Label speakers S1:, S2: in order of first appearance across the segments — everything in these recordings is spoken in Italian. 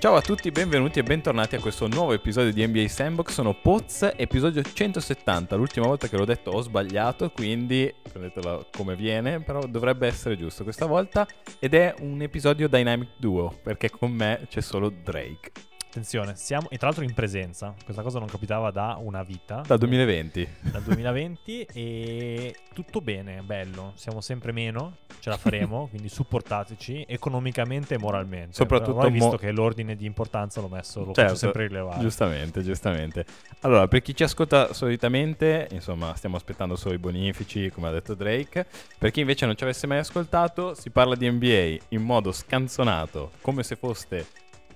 S1: Ciao a tutti, benvenuti e bentornati a questo nuovo episodio di NBA Sandbox. Sono Poz, episodio 170. L'ultima volta che l'ho detto ho sbagliato, quindi prendetela come viene, però dovrebbe essere giusto questa volta. Ed è un episodio Dynamic Duo, perché con me c'è solo Drake.
S2: Attenzione, siamo e tra l'altro in presenza, questa cosa non capitava da una vita,
S1: Da 2020.
S2: dal 2020 e tutto bene, bello, siamo sempre meno, ce la faremo, quindi supportateci economicamente e moralmente.
S1: Soprattutto
S2: Però hai visto
S1: mo-
S2: che l'ordine di importanza l'ho messo, lo
S1: Certo,
S2: faccio sempre rilevare.
S1: Giustamente, giustamente. Allora, per chi ci ascolta solitamente, insomma, stiamo aspettando solo i bonifici, come ha detto Drake. Per chi invece non ci avesse mai ascoltato, si parla di NBA in modo scanzonato, come se foste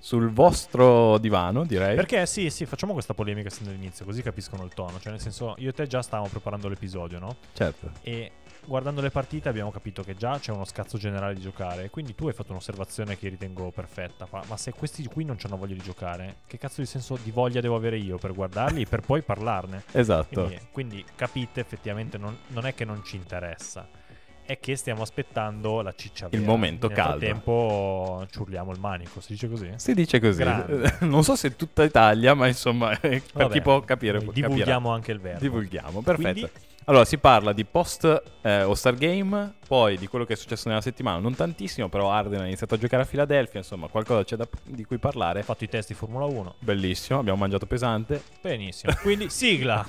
S1: sul vostro divano, direi.
S2: Perché sì, sì, facciamo questa polemica sin dall'inizio, così capiscono il tono, cioè nel senso io e te già stavamo preparando l'episodio, no?
S1: Certo.
S2: E guardando le partite abbiamo capito che già c'è uno scazzo generale di giocare. Quindi tu hai fatto un'osservazione che ritengo perfetta. fa- Ma se questi qui non hanno voglia di giocare, che cazzo di senso di voglia devo avere io per guardarli e per poi parlarne?
S1: Esatto.
S2: Quindi, quindi capite, effettivamente non, non è che non ci interessa. È che stiamo aspettando la ciccia vera.
S1: momento
S2: Nel
S1: caldo.
S2: tempo ci urliamo il manico, si dice così?
S1: Si dice così.
S2: Grande.
S1: non so se tutta Italia, ma insomma, per
S2: Vabbè,
S1: chi può capire,
S2: noi
S1: può capire.
S2: divulghiamo anche il verbo.
S1: Divulghiamo, perfetto.
S2: Quindi-
S1: Allora, si parla di post eh, All-Star Game, poi di quello che è successo nella settimana, non tantissimo, però Arden ha iniziato a giocare a Philadelphia, insomma, qualcosa c'è da- di cui parlare.
S2: Hai fatto i test di Formula 1.
S1: Bellissimo, abbiamo mangiato pesante.
S2: Benissimo. Quindi sigla.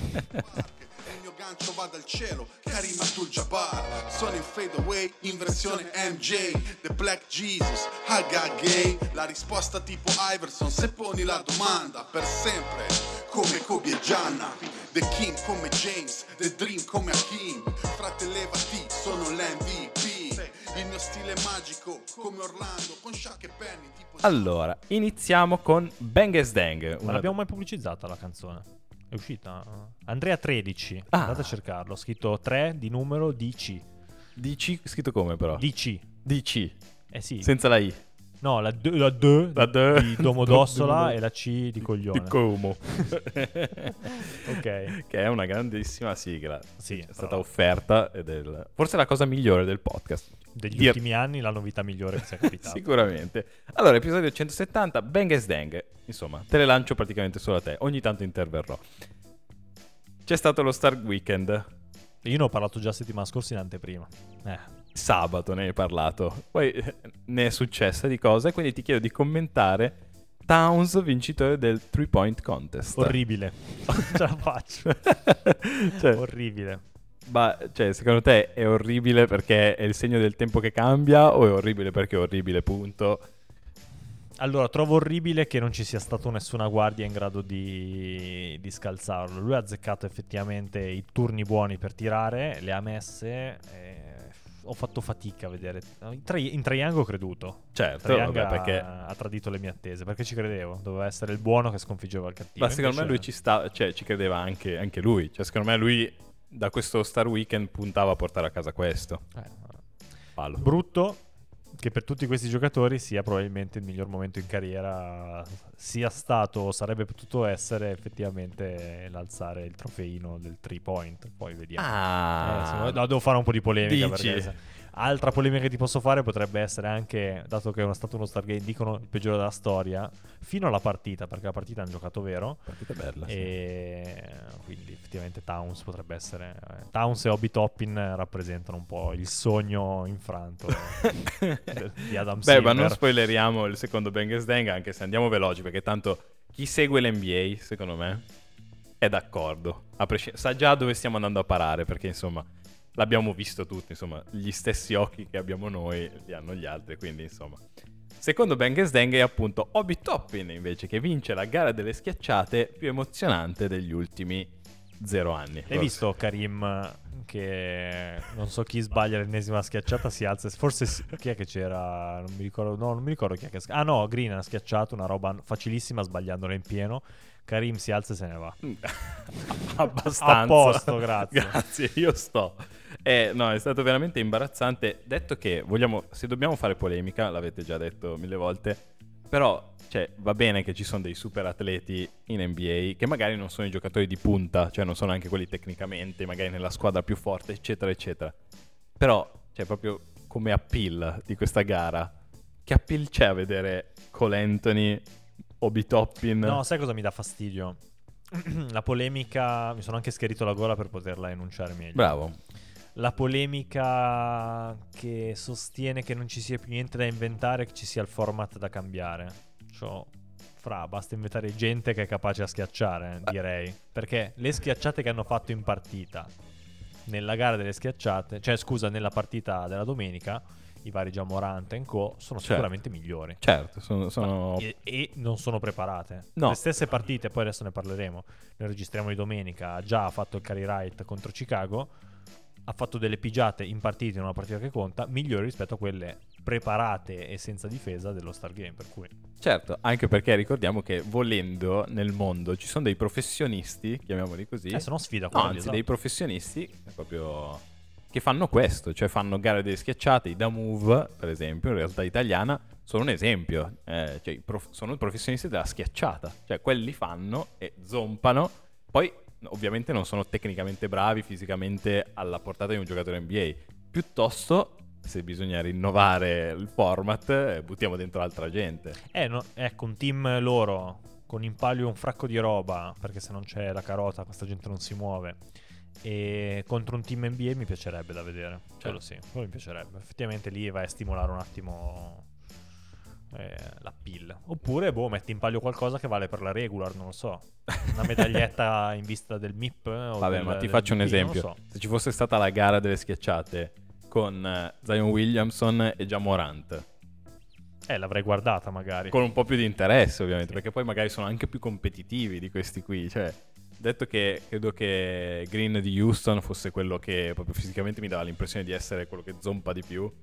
S3: E il mio gancio va dal cielo, Karim Abdul-Jabbar Sono in fade away, in versione MJ The Black Jesus, Haga Gay La risposta tipo Iverson, se poni la domanda Per sempre, come Kobe e Gianna The King come James, The Dream come Hakim Fratellevati, sono l'MVP Il mio stile è magico, come Orlando Con Shaq e Penny, tipo...
S1: Allora, iniziamo con Bang as Dang.
S2: Ma
S1: una-
S2: l'abbiamo mai pubblicizzata la canzone? È uscita? Andrea 13.
S1: Ah.
S2: Andate a cercarlo. Ho scritto 3 di numero DC.
S1: DC, scritto come però?
S2: DC.
S1: DC,
S2: Eh sì.
S1: senza la I.
S2: no, la 2 la d
S1: La d-
S2: di Domodossola
S1: di-
S2: e la C di coglione.
S1: Di Como.
S2: ok.
S1: Che è una grandissima sigla.
S2: Sì,
S1: è
S2: però-
S1: stata offerta ed è il- forse è la cosa migliore del podcast.
S2: Degli
S1: Dir-
S2: ultimi anni la novità migliore che sia capitata.
S1: Sicuramente. Allora, episodio 170, Bang as Dang. Insomma, te le lancio praticamente solo a te. Ogni tanto interverrò. C'è stato lo Star Weekend.
S2: Io ne ho parlato già settimana scorsa in anteprima. Eh.
S1: Sabato ne hai parlato. Poi eh, ne è successa di cosa. E quindi ti chiedo di commentare Towns, vincitore del 3 point contest.
S2: Orribile. Non Ce la faccio.
S1: Cioè,
S2: Orribile.
S1: ma, cioè, secondo te è orribile perché è il segno del tempo che cambia? O è orribile perché è orribile, punto?
S2: Allora, trovo orribile che non ci sia stata nessuna guardia in grado di, di scalzarlo. Lui ha azzeccato effettivamente i turni buoni per tirare, le ha messe. eh, ho fatto fatica a vedere. In, tri- in triangolo ho creduto.
S1: Certo,
S2: Triang
S1: vabbè,
S2: ha,
S1: perché
S2: ha tradito le mie attese, perché ci credevo. Doveva essere il buono che sconfiggeva il cattivo.
S1: Ma secondo me
S2: Invece-
S1: lui ci sta, cioè ci credeva anche, anche lui. Cioè, secondo me lui da questo Star Weekend puntava a portare a casa questo.
S2: Eh,
S1: Palo.
S2: brutto che per tutti questi giocatori sia probabilmente il miglior momento in carriera sia stato o sarebbe potuto essere effettivamente l'alzare il trofeino del 3 point poi vediamo Eh, se
S1: ah,
S2: no- no, devo fare un po' di polemica
S1: Dici?
S2: perché se- altra polemica che ti posso fare potrebbe essere anche dato che è stato uno Stargate dicono il peggiore della storia fino alla partita perché la partita è un giocato vero
S1: partita bella. sì.
S2: e quindi effettivamente Towns potrebbe essere eh, Towns e Hobby Toppin rappresentano un po' il sogno infranto de- di Adam
S1: Beh, ma
S2: Silver.
S1: non spoileriamo il secondo Bang Dang, anche se andiamo veloci, perché tanto chi segue l'NBA, secondo me, è d'accordo. A presci- sa già dove stiamo andando a parare, perché insomma, l'abbiamo visto tutti, insomma, gli stessi occhi che abbiamo noi li hanno gli altri, quindi insomma. Secondo Bang Dang è appunto Obi Toppin, invece, che vince la gara delle schiacciate più emozionante degli ultimi zero anni.
S2: Hai visto Karim che non so chi sbaglia l'ennesima schiacciata si alza, forse si- chi è che c'era, non mi ricordo, no, non mi ricordo chi è che schi- Ah no, Green ha schiacciato una roba facilissima sbagliandola in pieno. Karim si alza e se ne va.
S1: abbastanza.
S2: A posto, grazie.
S1: grazie, io sto. Eh, no, è stato veramente imbarazzante. Detto che vogliamo, se dobbiamo fare polemica, l'avete già detto mille volte, però cioè, va bene che ci sono dei super atleti in NBA che magari non sono i giocatori di punta, cioè non sono anche quelli tecnicamente, magari nella squadra più forte, eccetera, eccetera. Però, cioè, proprio come appeal di questa gara, che appeal c'è a vedere Cole Anthony Obi Toppin.
S2: No, sai cosa mi dà fastidio? la polemica. Mi sono anche scherito la gola per poterla enunciare meglio.
S1: Bravo.
S2: La polemica che sostiene che non ci sia più niente da inventare, che ci sia il format da cambiare. Cioè, fra, basta inventare gente che è capace a schiacciare, eh, direi. Perché le schiacciate che hanno fatto in partita, nella gara delle schiacciate, cioè scusa, nella partita della domenica, i vari Giamorante e Co. sono
S1: Certo.
S2: sicuramente migliori.
S1: Certo, sono... sono...
S2: E, e non sono preparate.
S1: No.
S2: Le stesse partite, poi adesso ne parleremo. Noi registriamo di domenica. Già ha fatto il carry right contro Chicago. Ha fatto delle pigiate in partita, in una partita che conta, migliori rispetto a quelle preparate e senza difesa dello Star Game. Per cui
S1: Certo, anche perché ricordiamo che volendo nel mondo ci sono dei professionisti, chiamiamoli così.
S2: adesso non sfida
S1: No,
S2: quella,
S1: anzi,
S2: Eh, esatto.
S1: dei professionisti proprio che fanno questo, cioè fanno gare delle schiacciate, i da move, per esempio, in realtà italiana, sono un esempio, eh, cioè, i prof- sono i professionisti della schiacciata, cioè quelli fanno e zompano, poi ovviamente non sono tecnicamente bravi, fisicamente alla portata di un giocatore NBA, piuttosto se bisogna rinnovare il format eh, buttiamo dentro altra gente.
S2: Eh, no, ecco, un team loro con in palio un fracco di roba, perché se non c'è la carota questa gente non si muove. E contro un team NBA mi piacerebbe da vedere. Quello sì, quello mi piacerebbe. Effettivamente lì vai a stimolare un attimo eh, la pill. Oppure, boh, metti in palio qualcosa che vale per la regular, non lo so. Una medaglietta in vista del MIP. eh, o
S1: Vabbè,
S2: del-
S1: ma ti
S2: del
S1: faccio un
S2: BP, non lo
S1: esempio.
S2: so.
S1: Se ci fosse stata la gara delle schiacciate con eh, Zion Williamson e Jamorant,
S2: Eh, l'avrei guardata magari.
S1: con un po' più di interesse ovviamente,
S2: Sì.
S1: perché poi magari sono anche più competitivi di questi qui, cioè... Detto che credo che Green di Houston fosse quello che proprio fisicamente mi dava l'impressione di essere quello che zompa di più,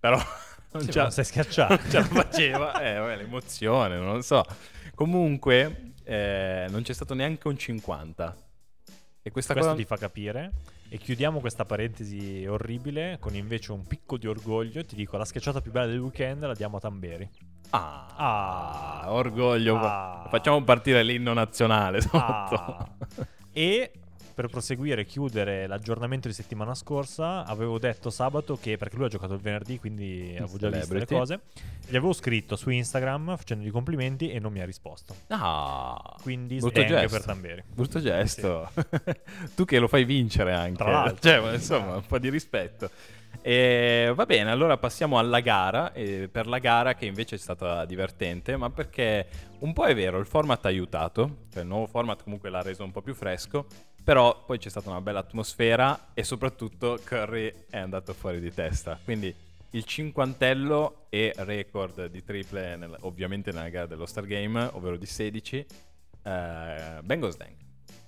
S1: però non
S2: Sì,
S1: c'è-
S2: ma non sei schiacciato.
S1: non ce
S2: cioè.
S1: la faceva. Eh, vabbè, l'emozione, non lo so. Comunque, eh, non c'è stato neanche un 50. E questa
S2: Questo
S1: cosa...
S2: ti fa capire. E chiudiamo questa parentesi orribile con invece un picco di orgoglio. Ti dico, la schiacciata più bella del weekend la diamo a Tamberi.
S1: Ah,
S2: Ah.
S1: orgoglio.
S2: Ah.
S1: Facciamo partire l'inno nazionale esatto. sotto.
S2: Ah. E per proseguire e chiudere l'aggiornamento di settimana scorsa, avevo detto sabato che, perché lui ha giocato il venerdì, quindi avevo già visto le
S1: Celebrity.
S2: cose, gli avevo scritto su Instagram facendogli complimenti e non mi ha risposto.
S1: Ah.
S2: Quindi
S1: Brutto
S2: sdeng
S1: gesto.
S2: per Tamberi.
S1: Brutto gesto. tu che lo fai vincere anche.
S2: Tra l'altro.
S1: Cioè, ma insomma, un po' di rispetto. E va bene, allora passiamo alla gara. e per la gara che invece è stata divertente, ma perché un po' è vero, il format ha aiutato, cioè il nuovo format comunque l'ha reso un po' più fresco, però poi c'è stata una bella atmosfera e soprattutto Curry è andato fuori di testa. Quindi il cinquantello e record di triple nel- ovviamente nella gara dello Stargame, ovvero di 16, eh, Bengals Dang.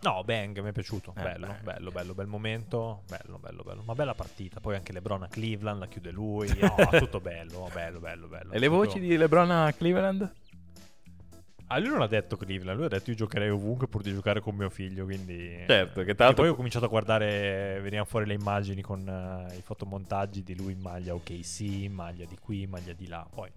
S2: No, Bang, mi è piaciuto.
S1: Eh,
S2: bello,
S1: Bang.
S2: bello, bello, bel momento. Bello, bello, bello. Ma bella partita. Poi anche Lebron a Cleveland la chiude lui. No, tutto bello, bello, bello, bello.
S1: E le voci di LeBron a Cleveland?
S2: Ah, lui non ha detto Cleveland, lui ha detto io giocherei ovunque pur di giocare con mio figlio, quindi...
S1: Certo, che tra
S2: E poi
S1: l'altro
S2: ho cominciato a guardare, venivano fuori le immagini con eh, i fotomontaggi di lui in maglia OKC, in maglia di qui, in maglia di là. Poi,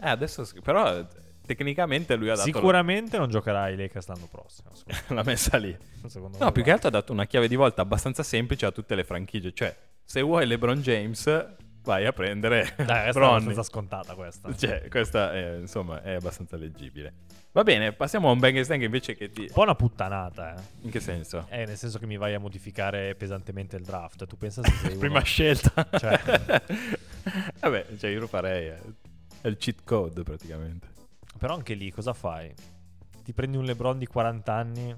S1: Eh, adesso s- però eh, tecnicamente lui ha dato
S2: sicuramente non giocherà ai Lakers l'anno prossimo, secondo-
S1: la messa Ah, lì.
S2: secondo me.
S1: No, più che altro ha dato una chiave di volta abbastanza semplice a tutte le franchigie, cioè se vuoi LeBron James vai a prendere
S2: Dai, questa è
S1: Bronny.
S2: abbastanza scontata questa.
S1: Cioè, questa è, insomma è abbastanza leggibile. Va bene, passiamo a un Bang Stank invece che ti
S2: Un po' una puttanata, eh.
S1: in che senso?
S2: Eh, nel senso che mi vai a modificare pesantemente il draft. Tu pensa se Eh, sei uno-
S1: Prima scelta.
S2: Cioè.
S1: Vabbè, cioè io lo farei eh. è il cheat code praticamente.
S2: Però anche lì cosa fai? Ti prendi un LeBron di 40 anni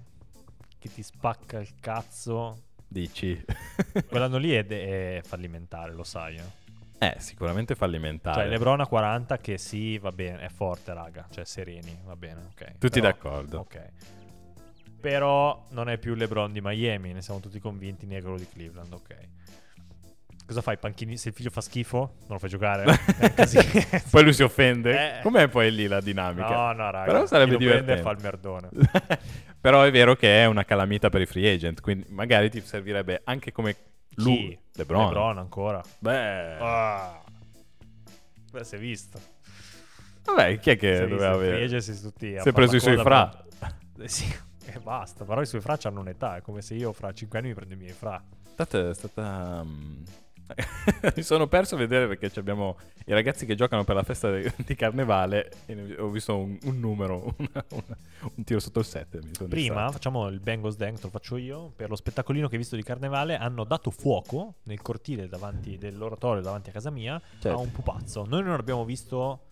S2: che ti spacca il cazzo.
S1: Dici
S2: Quell'anno lì è, de- è fallimentare, lo sai. eh.
S1: Eh, sicuramente fallimentare.
S2: Cioè, LeBron a 40 che sì, va bene, è forte, raga. Cioè, sereni, va bene, ok.
S1: Tutti
S2: Però-
S1: d'accordo.
S2: Ok. Però non è più il LeBron di Miami, ne siamo tutti convinti, né è quello di Cleveland, ok. Cosa fai, panchini? Se il figlio fa schifo, non lo fai giocare?
S1: Eh,
S2: È così.
S1: poi lui si offende.
S2: Eh.
S1: Com'è poi lì la dinamica?
S2: No, no, raga.
S1: Però sarebbe
S2: chi lo prende
S1: divertente.
S2: fa il merdone.
S1: Però è vero che è una calamita per i free agent, quindi magari ti servirebbe anche come lui,
S2: Chi?
S1: LeBron. Eh.
S2: LeBron ancora.
S1: Beh,
S2: Ah. Beh, si è visto.
S1: vabbè, chi è
S2: Si è
S1: che
S2: visto,
S1: Eh, doveva
S2: i free
S1: avere?
S2: agency tutti a
S1: Si è preso i suoi
S2: farla
S1: fra.
S2: coda, ma- Eh, Sì. E basta, però i suoi fra hanno un'età, è come se io fra 5 anni mi prendo i miei fra.
S1: Tanto è stata mm, Mi sono perso a vedere perché ci abbiamo i ragazzi che giocano per la festa di, di carnevale e ne- ho visto un, un numero, una- una- un tiro sotto il 7.
S2: Prima facciamo il Bengals Dang, te lo faccio io. Per lo spettacolino che hai visto di carnevale hanno dato fuoco nel cortile davanti dell'oratorio, davanti a casa mia, a
S1: Certo.
S2: un pupazzo. Noi non abbiamo visto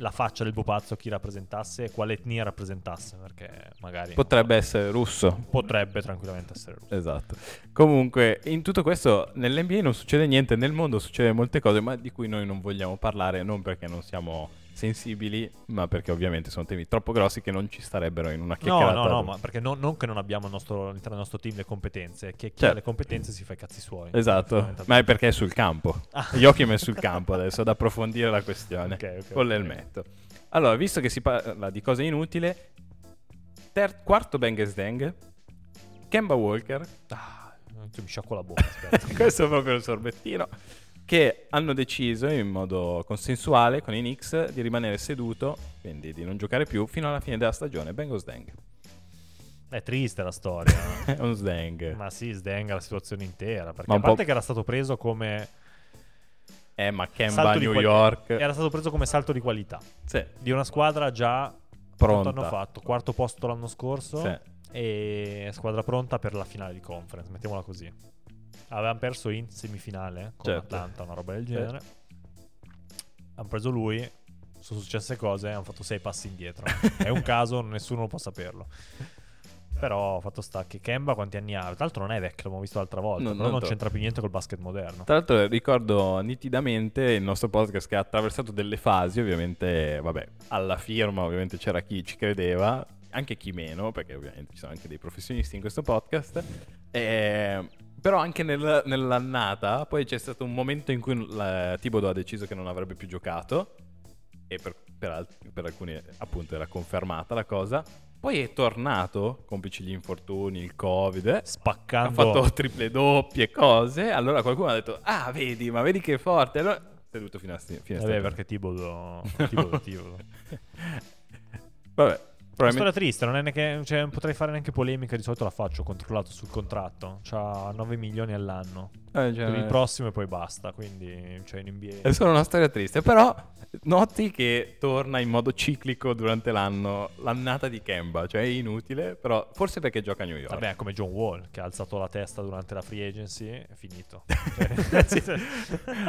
S2: la faccia del pupazzo, chi rappresentasse e quale etnia rappresentasse, perché magari
S1: potrebbe essere russo.
S2: potrebbe tranquillamente essere russo.
S1: Esatto. Comunque, in tutto questo, nell'NBA non succede niente, nel mondo succede molte cose, ma di cui noi non vogliamo parlare, non perché non siamo sensibili, ma perché ovviamente sono temi troppo grossi che non ci starebbero in una
S2: No,
S1: chiacchierata.
S2: no, no, ma perché non, non che non abbiamo il nostro- all'interno del nostro team le competenze, che chi ha
S1: Certo.
S2: le competenze si fa i cazzi suoi.
S1: Esatto,
S2: Fondamentalmente.
S1: ma è perché è sul campo.
S2: Ah.
S1: Joachim è sul campo adesso ad approfondire la questione
S2: Ok, ok,
S1: con
S2: ok.
S1: l'elmetto. Allora, visto che si parla di cose inutili, ter- quarto Bengals Dang, Kemba Walker,
S2: Ah, mi sciacquo la bocca, aspetta.
S1: questo è proprio il sorbettino, che hanno deciso in modo consensuale con i Knicks di rimanere seduto, quindi di non giocare più, fino alla fine della stagione. Bengals Dang.
S2: È triste la storia. eh.
S1: È un Sdang.
S2: Ma sì, sdenga la situazione intera. Perché
S1: Ma
S2: a
S1: un
S2: parte
S1: po'-
S2: che era stato preso come
S1: Eh, ma Kemba
S2: salto
S1: a
S2: di
S1: New
S2: quali-
S1: York.
S2: Era stato preso come salto di qualità
S1: Sì,
S2: di una squadra già
S1: Pronta.
S2: Hanno fatto quarto posto l'anno scorso
S1: sì.
S2: e squadra pronta per la finale di conference, mettiamola così. Avevano perso in semifinale con
S1: Certo.
S2: Atlanta, una roba del genere. Hanno preso lui, sono successe cose, hanno fatto sei passi indietro. È un caso, nessuno può saperlo. Però fatto sta che Kemba quanti anni ha? Tra l'altro non è vecchio, l'abbiamo visto l'altra volta,
S1: No,
S2: però
S1: non
S2: non
S1: tro-
S2: c'entra più niente col basket moderno.
S1: Tra l'altro ricordo nitidamente il nostro podcast che ha attraversato delle fasi, ovviamente, vabbè, alla firma ovviamente c'era chi ci credeva, anche chi meno, perché ovviamente ci sono anche dei professionisti in questo podcast, e- però anche nel- nell'annata poi c'è stato un momento in cui la- Thibodeau ha deciso che non avrebbe più giocato e per, per alt- per alcuni appunto era confermata la cosa, poi è tornato, complici gli infortuni, il covid, eh, ha
S2: Spaccando
S1: fatto triple doppie cose. Allora qualcuno ha detto: Ah, vedi, ma vedi che è forte. Allora seduto fino a sti- fine
S2: Vabbè,
S1: stagione.
S2: perché Tibodo. Tibodo, Tibodo.
S1: Vabbè,
S2: Una storia
S1: probabilmente.
S2: triste, non è neanche, cioè, non potrei fare neanche polemica, di solito la faccio, ho controllato sul contratto, c'ha 9 milioni all'anno,
S1: eh, Esatto. cioè,
S2: per il prossimo e poi basta, quindi cioè, in NBA...
S1: È solo una storia triste. Però noti che torna in modo ciclico durante l'anno l'annata di Kemba. Cioè è inutile, però forse perché gioca a New York.
S2: Vabbè, è come John Wall che ha alzato la testa durante la free agency, è finito. Cioè,
S1: Sì.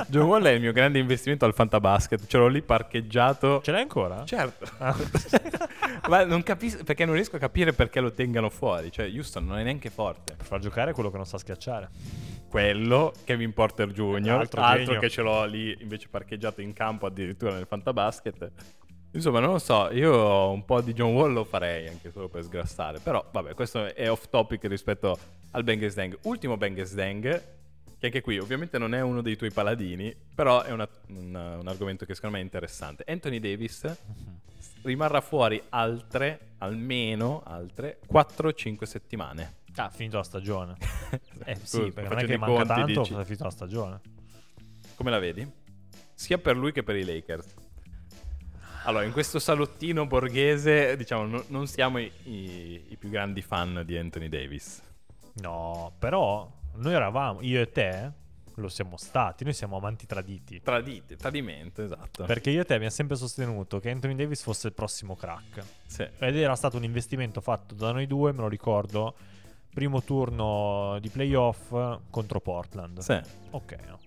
S1: John Wall è il mio grande investimento al Fantabasket. Ce l'ho lì parcheggiato.
S2: Ce l'hai ancora?
S1: Certo.
S2: Ah.
S1: Ma non capisco perché non riesco a capire perché lo tengano fuori. Cioè, Houston non è neanche forte.
S2: Per far giocare quello che non sa schiacciare.
S1: quello Kevin Porter Jr.
S2: Altro
S1: Altro,
S2: genio.
S1: che ce l'ho lì invece parcheggiato in campo addirittura nel fantabasket. Insomma, non lo so, io un po' di John Wall lo farei anche solo per sgrassare, però vabbè, questo è off topic rispetto al Bang Dang. Ultimo Bang Dang, che anche qui ovviamente non è uno dei tuoi paladini, però è una- un, un argomento che secondo me è interessante. Anthony Davis rimarrà fuori altre, almeno altre, 4-5 settimane.
S2: Ah, finito la stagione. Eh sì,
S1: Tu
S2: perché non è
S1: facendo
S2: che
S1: i
S2: manca
S1: conti,
S2: tanto,
S1: dici.
S2: è finita la stagione.
S1: Come la vedi? Sia per lui che per i Lakers. Allora, in questo salottino borghese, diciamo, no- non siamo i, i- i più grandi fan di Anthony Davis.
S2: No, però noi eravamo, io e te, lo siamo stati, noi siamo amanti traditi.
S1: Tradite, tradimento, esatto.
S2: Perché io e te abbiamo sempre sostenuto che Anthony Davis fosse il prossimo crack.
S1: Sì.
S2: Ed era stato un investimento fatto da noi due, me lo ricordo. Primo turno di playoff contro Portland.
S1: Sì.
S2: Ok, no.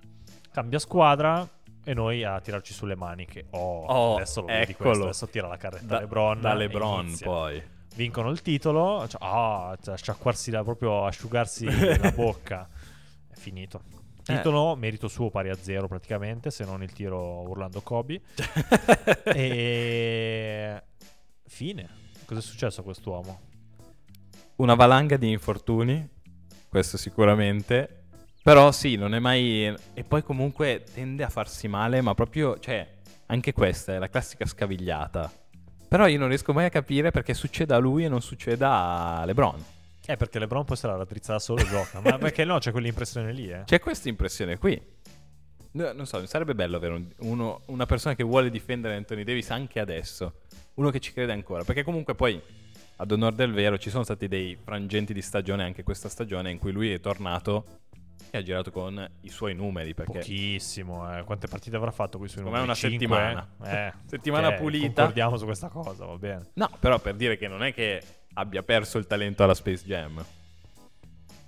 S2: Cambia squadra e noi a tirarci sulle maniche. Oh,
S1: Oh,
S2: adesso lo vedi
S1: eccolo.
S2: questo, adesso tira la carretta
S1: Da
S2: LeBron.
S1: da
S2: e
S1: LeBron
S2: inizia.
S1: poi.
S2: Vincono il titolo, cioè, ah, cioè, sciacquarsi la, proprio asciugarsi la bocca. È finito.
S1: Eh.
S2: Titolo, merito suo pari a zero praticamente, se non il tiro urlando Kobe. E fine. Cosa è successo a quest'uomo?
S1: Una valanga di infortuni, questo sicuramente. Però sì, non è mai... E poi comunque tende a farsi male, ma proprio... Cioè, anche questa è la classica scavigliata. Però io non riesco mai a capire perché succeda a lui e non succeda a LeBron.
S2: Eh, perché LeBron poi se la raddrizza da solo e gioca. Ma perché no? C'è quell'impressione lì, eh.
S1: C'è questa impressione qui. No, non so, sarebbe bello avere un- uno- una persona che vuole difendere Anthony Davis anche adesso. Uno che ci crede ancora. Perché comunque poi, ad onor del vero, ci sono stati dei frangenti di stagione anche questa stagione in cui lui è tornato E ha girato con i suoi numeri perché
S2: Pochissimo, eh. quante partite avrà fatto qui sui
S1: Secondo me
S2: numeri?
S1: una
S2: Cinque?
S1: settimana.
S2: Eh,
S1: Settimana
S2: ok,
S1: pulita.
S2: Concordiamo su questa cosa, va bene.
S1: No, però per dire che non è che abbia perso il talento alla Space Jam.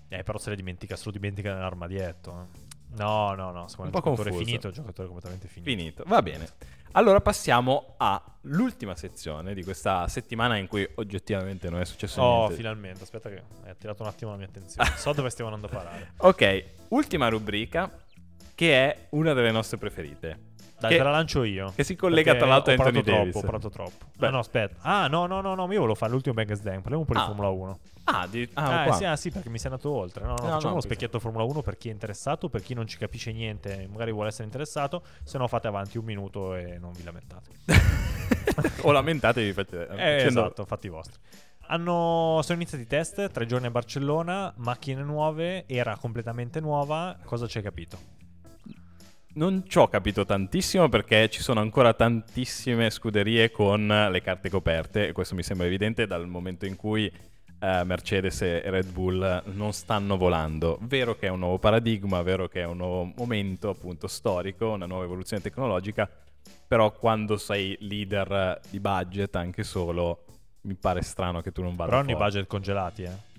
S2: Eh, però se la dimentica, se lo dimentica nell'armadietto. eh. No, no, no, secondo me
S1: Un po'
S2: il giocatore è
S1: confuso.
S2: finito, il giocatore è completamente finito.
S1: Finito, va bene. Allora passiamo all'ultima sezione di questa settimana in cui oggettivamente non è successo
S2: Oh,
S1: niente.
S2: finalmente, aspetta che hai attirato un attimo la mia attenzione. So dove stiamo andando a parare.
S1: Ok, ultima rubrica che è una delle nostre preferite.
S2: Dai,
S1: Che-
S2: te la lancio io.
S1: che si collega
S2: perché
S1: tra l'altro
S2: ho
S1: a Anthony
S2: parlato troppo,
S1: Davis.
S2: Ho parlato troppo.
S1: Beh.
S2: No, no, aspetta. Ah, no, no, no, no, io volevo fare l'ultimo Bang Slam. Parliamo un po' di
S1: Ah.
S2: Formula 1.
S1: Ah, di... ah,
S2: Ah,
S1: qua.
S2: sì, ah, sì, perché mi sei andato oltre. No, no,
S1: No,
S2: facciamo
S1: no,
S2: uno
S1: qui sì.
S2: specchietto Formula 1 per chi è interessato, per chi non ci capisce niente, magari vuole essere interessato. Se no, fate avanti un minuto e non vi lamentate.
S1: o lamentatevi fate...
S2: Eh,
S1: facendo-
S2: esatto, fatti vostri. Hanno, sono iniziati i test, tre giorni a Barcellona, macchine nuove, era completamente nuova. Cosa ci hai capito?
S1: Non ci ho capito tantissimo perché ci sono ancora tantissime scuderie con le carte coperte e questo mi sembra evidente dal momento in cui eh, Mercedes e Red Bull non stanno volando. Vero che è un nuovo paradigma, vero che è un nuovo momento appunto storico, una nuova evoluzione tecnologica, però quando sei leader di budget anche solo mi pare strano che tu non vada
S2: Però hanno i
S1: fuori.
S2: budget congelati, eh.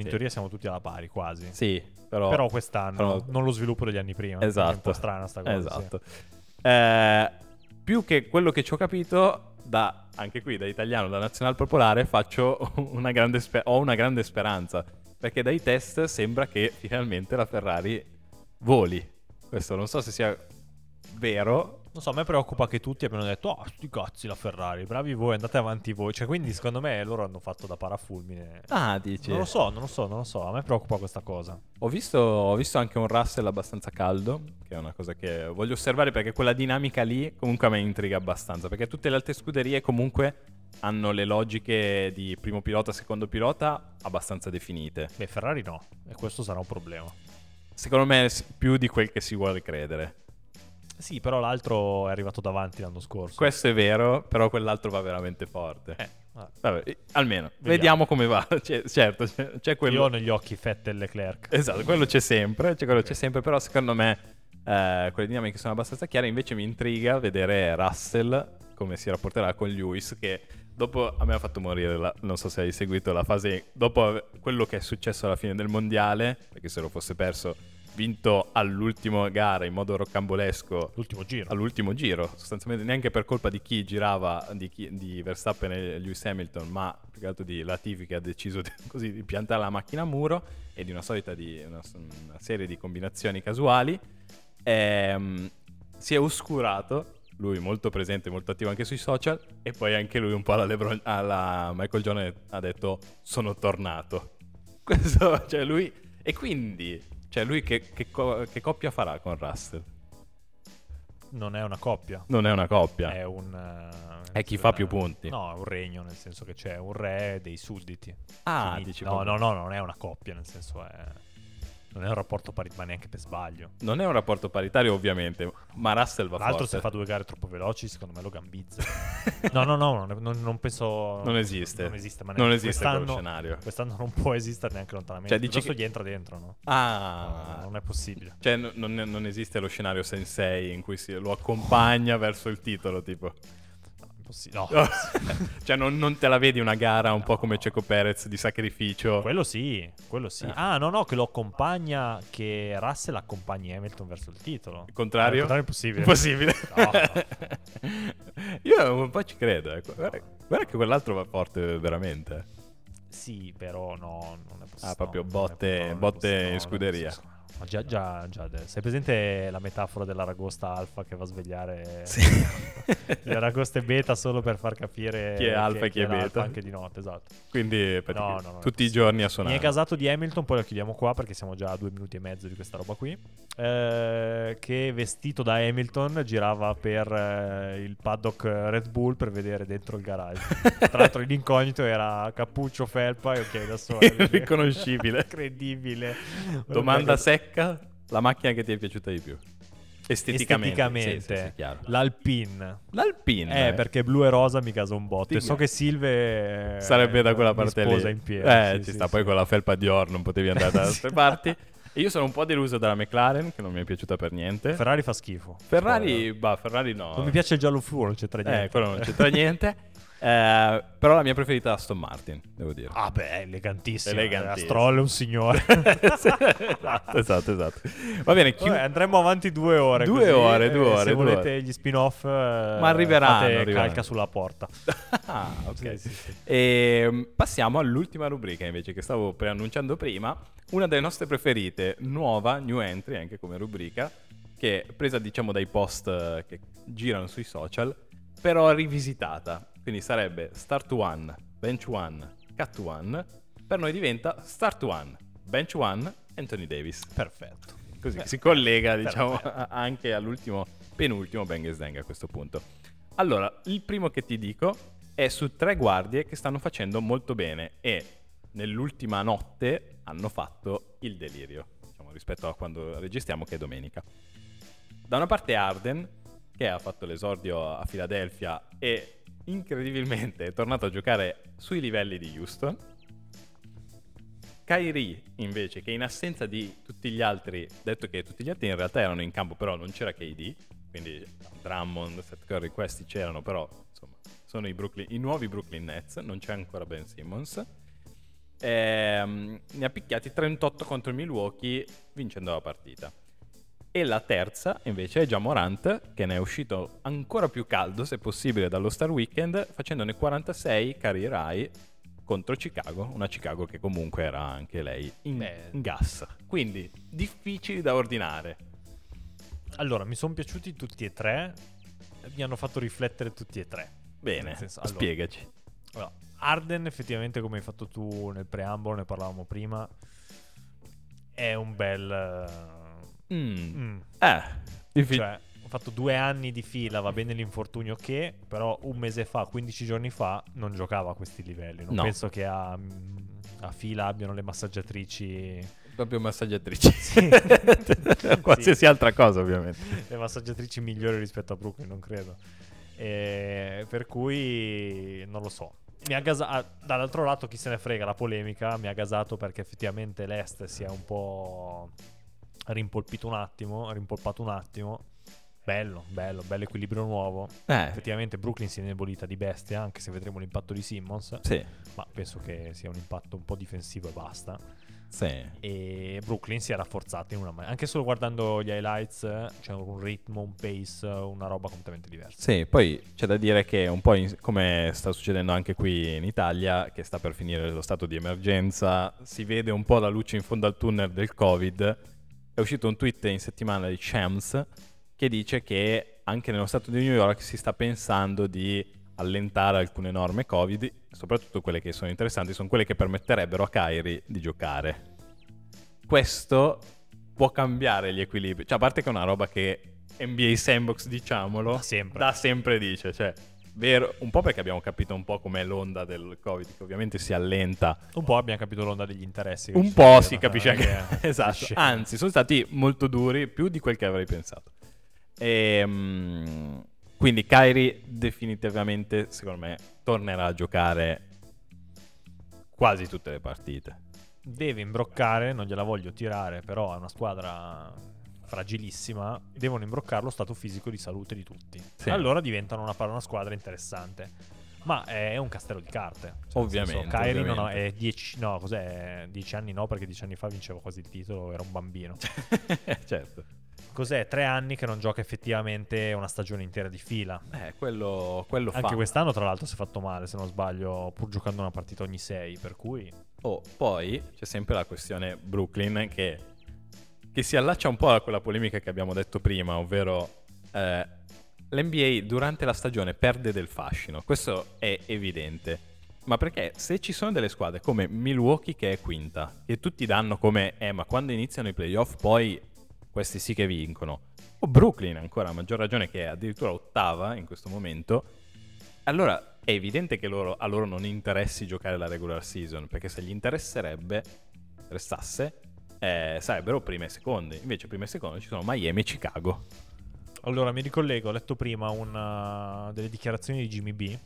S1: Sì.
S2: in teoria siamo tutti alla pari, quasi.
S1: Sì, però
S2: Però quest'anno,
S1: però-
S2: non lo sviluppo degli anni prima. quindi È un
S1: Esatto.
S2: po' strana sta cosa. sì.
S1: Esatto. Eh, più che quello che ci ho capito, da, anche qui da italiano, da nazional popolare, faccio una grande spe- ho una grande speranza. Perché dai test sembra che finalmente la Ferrari voli. Questo non so se sia vero.
S2: Non so, a me preoccupa che tutti abbiano detto, ah, sti cazzi la Ferrari, bravi voi, andate avanti voi. Cioè, quindi secondo me loro hanno fatto da parafulmine.
S1: Ah, dici.
S2: Non lo so, non lo so, non lo so, a me preoccupa questa cosa.
S1: Ho visto, ho visto anche un Russell abbastanza caldo, che è una cosa che voglio osservare perché quella dinamica lì comunque mi intriga abbastanza, perché tutte le altre scuderie comunque hanno le logiche di primo pilota, secondo pilota abbastanza definite.
S2: Beh, Ferrari no, e questo sarà un problema.
S1: Secondo me è s- più di quel che si vuole credere.
S2: Sì, però l'altro è arrivato davanti l'anno scorso.
S1: Questo è vero, però quell'altro va veramente forte.
S2: Ah,
S1: Vabbè, eh, almeno,
S2: Vediamo.
S1: vediamo, come va. C'è- certo, c'è, c'è quello...
S2: Io ho negli occhi Fettel e Leclerc.
S1: Esatto, quello c'è sempre, cioè quello c'è sempre, però secondo me eh, quelle dinamiche sono abbastanza chiare, invece mi intriga vedere Russell come si rapporterà con Lewis che dopo a me ha fatto morire, la- non so se hai seguito la fase, dopo ave- quello che è successo alla fine del mondiale, perché se lo fosse perso, vinto all'ultimo gara in modo roccambolesco
S2: L'ultimo giro.
S1: all'ultimo giro, sostanzialmente neanche per colpa di chi girava, di, chi- di Verstappen e Lewis Hamilton, ma più che altro di Latifi che ha deciso di, così di piantare la macchina a muro e di una solita di una, una serie di combinazioni casuali. Ehm, si è oscurato, lui molto presente, molto attivo anche sui social, e poi anche lui un po' alla, LeBron- alla Michael Jordan ha detto sono tornato. Questo, cioè lui... E quindi, cioè lui che, che co- che coppia farà con Russell?
S2: Non è una coppia.
S1: Non è una coppia.
S2: È un... eh,
S1: È chi fa più punti.
S2: No, è un regno, nel senso che c'è un re e dei sudditi.
S1: Ah,
S2: Finiti.
S1: dici
S2: no,
S1: proprio-
S2: no, no, non è una coppia, nel senso è... Non è un rapporto pari, ma neanche per sbaglio.
S1: Non è un rapporto paritario, ovviamente, ma Russell va
S2: L'altro
S1: forte.
S2: se fa due gare troppo veloci, secondo me lo gambizza. no, no, no, non, non- non penso...
S1: Non esiste.
S2: Non esiste, ma
S1: Non
S2: neanche
S1: esiste quello
S2: quest'anno-
S1: scenario.
S2: Quest'anno non può esistere neanche lontanamente.
S1: Cioè,
S2: Cioè,
S1: dici
S2: dici
S1: che-
S2: gli entra dentro, no?
S1: Ah,
S2: No, Non è possibile.
S1: cioè n- non, non esiste lo scenario sensei in cui si- lo accompagna verso il titolo, tipo.
S2: No, impossi- no.
S1: cioè non, non te la vedi una gara un po' come
S2: No.
S1: Checo Perez di sacrificio.
S2: quello sì, quello sì.
S1: Eh.
S2: Ah, no, no, che lo accompagna, che Russell accompagni Hamilton verso il titolo.
S1: Il contrario?
S2: Eh, il contrario è impossibile.
S1: Impossibile.
S2: No,
S1: Io un po' ci credo. eh. Guarda, guarda che quell'altro va forte veramente.
S2: Sì, però no, non è possibile.
S1: Ah, proprio
S2: no,
S1: botte-
S2: non è- no, non è
S1: botte
S2: possi-
S1: in
S2: no,
S1: scuderia.
S2: non è possi- Ma già, già, già. adesso. Hai presente la metafora dell'aragosta alfa che va a svegliare
S1: Sì.
S2: l'aragosta e beta solo per far capire
S1: Chi è alfa e chi è
S2: l'alfa
S1: beta.
S2: Anche di notte, esatto.
S1: Quindi
S2: No,
S1: praticamente
S2: no, no,
S1: tutti i giorni a suonare.
S2: Mi è casato di Hamilton, poi la chiudiamo qua perché siamo già a due minuti e mezzo di questa roba qui. eh, che vestito da Hamilton girava per eh, il paddock eh, Red Bull per vedere dentro il garage. Tra l'altro l'incognito era cappuccio, felpa e ok da sole.
S1: Irriconoscibile.
S2: Credibile.
S1: Domanda secca, la macchina che ti è piaciuta di più? Esteticamente.
S2: Esteticamente,
S1: Sì, sì, sì, chiaro.
S2: l'Alpine.
S1: L'Alpine.
S2: Eh, perché blu e rosa mi casa un botto. E
S1: Sì,
S2: so che Silve eh,
S1: Sarebbe da quella
S2: mi
S1: parte lì.
S2: sposa in piedi.
S1: eh,
S2: Sì,
S1: ci
S2: sì,
S1: sta
S2: sì.
S1: poi con la felpa di Dior, non potevi andare da altre parti. E io sono un po' deluso dalla McLaren, che non mi è piaciuta per niente.
S2: Ferrari fa schifo.
S1: Ferrari, bah, Ferrari no.
S2: Non mi piace il giallo fluo, non c'entra niente.
S1: Eh, quello non c'entra niente. Eh, però la mia preferita è Aston Martin, devo dire.
S2: Ah beh, elegantissimo.
S1: Elegantissimo.
S2: La Stroll è un signore.
S1: esatto, esatto, esatto. Va bene, chi-
S2: Ah. Vabbè, andremo avanti due ore.
S1: Due
S2: così,
S1: ore,
S2: eh,
S1: due ore,
S2: Se
S1: due
S2: volete
S1: ore.
S2: gli spin-off, ma
S1: arriveranno,
S2: Fate
S1: arriveranno.
S2: calca sulla porta.
S1: Ah, ok.
S2: Sì, sì, sì.
S1: Ehm, passiamo all'ultima rubrica invece che stavo preannunciando prima, una delle nostre preferite, nuova, new entry anche come rubrica, che è presa diciamo dai post eh, che girano sui social, però rivisitata. Quindi sarebbe Start One, Bench One, Cut One, per noi diventa Start One, Bench One, Anthony Davis.
S2: Perfetto.
S1: Così si collega,
S2: però,
S1: diciamo, anche all'ultimo, penultimo Bang Dang a questo punto. Allora, il primo che ti dico è su tre guardie che stanno facendo molto bene e nell'ultima notte hanno fatto il delirio, diciamo, rispetto a quando registriamo che è domenica. Da una parte Arden, che ha fatto l'esordio a Filadelfia e incredibilmente è tornato a giocare sui livelli di Houston. Kyrie invece che in assenza di tutti gli altri, detto che tutti gli altri in realtà erano in campo però non c'era KD, quindi Drummond, Seth Curry questi c'erano però insomma sono i, Brooklyn- i nuovi Brooklyn Nets, non c'è ancora Ben Simmons. Ehm, ne ha picchiati 38 contro Milwaukee vincendo la partita. E la terza invece è già Morant che ne è uscito ancora più caldo se possibile dallo Star Weekend facendone 46 carry Rai contro Chicago, una Chicago che comunque era anche lei in,
S2: Beh.
S1: in Mm, gas. Quindi difficili da ordinare.
S2: Allora, mi sono piaciuti tutti e tre. Mi hanno fatto riflettere tutti e tre.
S1: Bene,
S2: Nel senso, allora,
S1: spiegaci.
S2: Allora, Arden, effettivamente, come hai fatto tu nel preambolo, ne parlavamo prima, è un bel. eh,
S1: Mm.
S2: mm.
S1: Eh, diffi-
S2: Cioè, ho fatto due anni di fila, va bene l'infortunio che, però un mese fa, 15 giorni fa, non giocava a questi livelli. Non
S1: No.
S2: penso che a, a fila abbiano le massaggiatrici
S1: proprio massaggiatrici.
S2: Sì.
S1: Qualsiasi
S2: Sì.
S1: altra cosa ovviamente.
S2: le massaggiatrici migliori rispetto a Brooklyn, non credo. E per cui non lo so. Mi ha gasa- ah, dall'altro lato, chi se ne frega la polemica, mi ha gasato perché effettivamente l'Est si è un po' rimpolpito un attimo, rimpolpato un attimo. Bello, bello, bello equilibrio nuovo.
S1: Eh,
S2: Effettivamente Brooklyn si è indebolita di bestia, anche se vedremo l'impatto di Simmons,
S1: sì,
S2: ma penso che sia un impatto un po' difensivo e basta
S1: sì.
S2: e Brooklyn si è rafforzata in una maniera anche solo guardando gli highlights eh, c'è un ritmo un pace eh, una roba completamente diversa
S1: Sì, poi c'è da dire che un po' in- come sta succedendo anche qui in Italia, che sta per finire lo stato di emergenza, si vede un po' la luce in fondo al tunnel del Covid. È uscito un tweet in settimana di Shams che dice che anche nello stato di New York si sta pensando di allentare alcune norme Covid, soprattutto quelle che sono interessanti, sono quelle che permetterebbero a Kyrie di giocare. Questo può cambiare gli equilibri, cioè a parte che è una roba che NBA Sandbox, diciamolo,
S2: Da sempre.
S1: da sempre dice, cioè vero, un po' perché abbiamo capito un po' com'è l'onda del Covid, che ovviamente si allenta
S2: un po' abbiamo capito l'onda degli interessi che
S1: un
S2: ci
S1: po'
S2: sono,
S1: si
S2: eh,
S1: capisce anche.
S2: che-
S1: esatto.
S2: Sì.
S1: Anzi, sono stati molto duri, più di quel che avrei pensato. Ehm, quindi Kairi definitivamente, secondo me, tornerà a giocare quasi tutte le partite.
S2: deve imbroccare non gliela voglio tirare però è una squadra fragilissima devono imbroccare lo stato fisico di salute di tutti
S1: Sì.
S2: allora diventano una, una squadra interessante ma è un castello di carte Cioè, nel
S1: Ovviamente,
S2: senso, Kyrie non ha-
S1: ovviamente.
S2: è 10 no cos'è 10 anni no perché 10 anni fa vincevo quasi il titolo era un bambino
S1: certo.
S2: Cos'è? Tre anni che non gioca effettivamente una stagione intera di fila.
S1: Eh, quello, quello
S2: Anche
S1: fa.
S2: quest'anno, tra l'altro, si è fatto male, se non sbaglio, pur giocando una partita ogni sei. Per cui
S1: Oh, poi c'è sempre la questione Brooklyn che, che si allaccia un po' a quella polemica che abbiamo detto prima, ovvero eh, l'NBA durante la stagione perde del fascino, questo è evidente, ma perché se ci sono delle squadre come Milwaukee che è quinta, che tutti danno come, eh ma quando iniziano i playoff poi questi sì che vincono, o Brooklyn ancora, a maggior ragione che è addirittura ottava in questo momento, allora è evidente che loro- a loro non interessi giocare la regular season, perché se gli interesserebbe, interessasse, eh, sarebbero prime e seconde. Invece prime e seconde ci sono Miami e Chicago.
S2: allora mi ricollego. Ho letto prima una delle dichiarazioni di Jimmy B,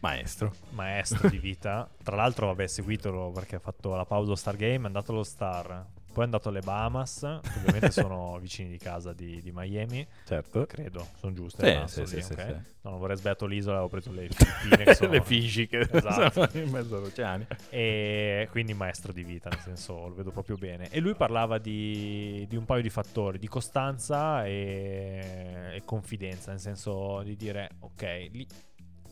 S1: Maestro.
S2: maestro di vita. Tra l'altro, vabbè, seguitelo perché ha fatto la pausa allo Star Game, è andato allo Star. Poi è andato alle Bahamas, che ovviamente sono vicini di casa di, di Miami,
S1: certo.
S2: credo, sono giuste.
S1: Sì,
S2: le Bahamas
S1: sì, sì,
S2: lì,
S1: sì,
S2: ok?
S1: sì.
S2: No, non vorrei sbagliato l'isola, avevo preso le Filippine. che sono-
S1: Le Figi che
S2: Esatto.
S1: sono in mezzo all'oceano.
S2: E quindi maestro di vita, nel senso lo vedo proprio bene. E lui parlava di, di un paio di fattori, di costanza e, e confidenza, nel senso di dire ok, li-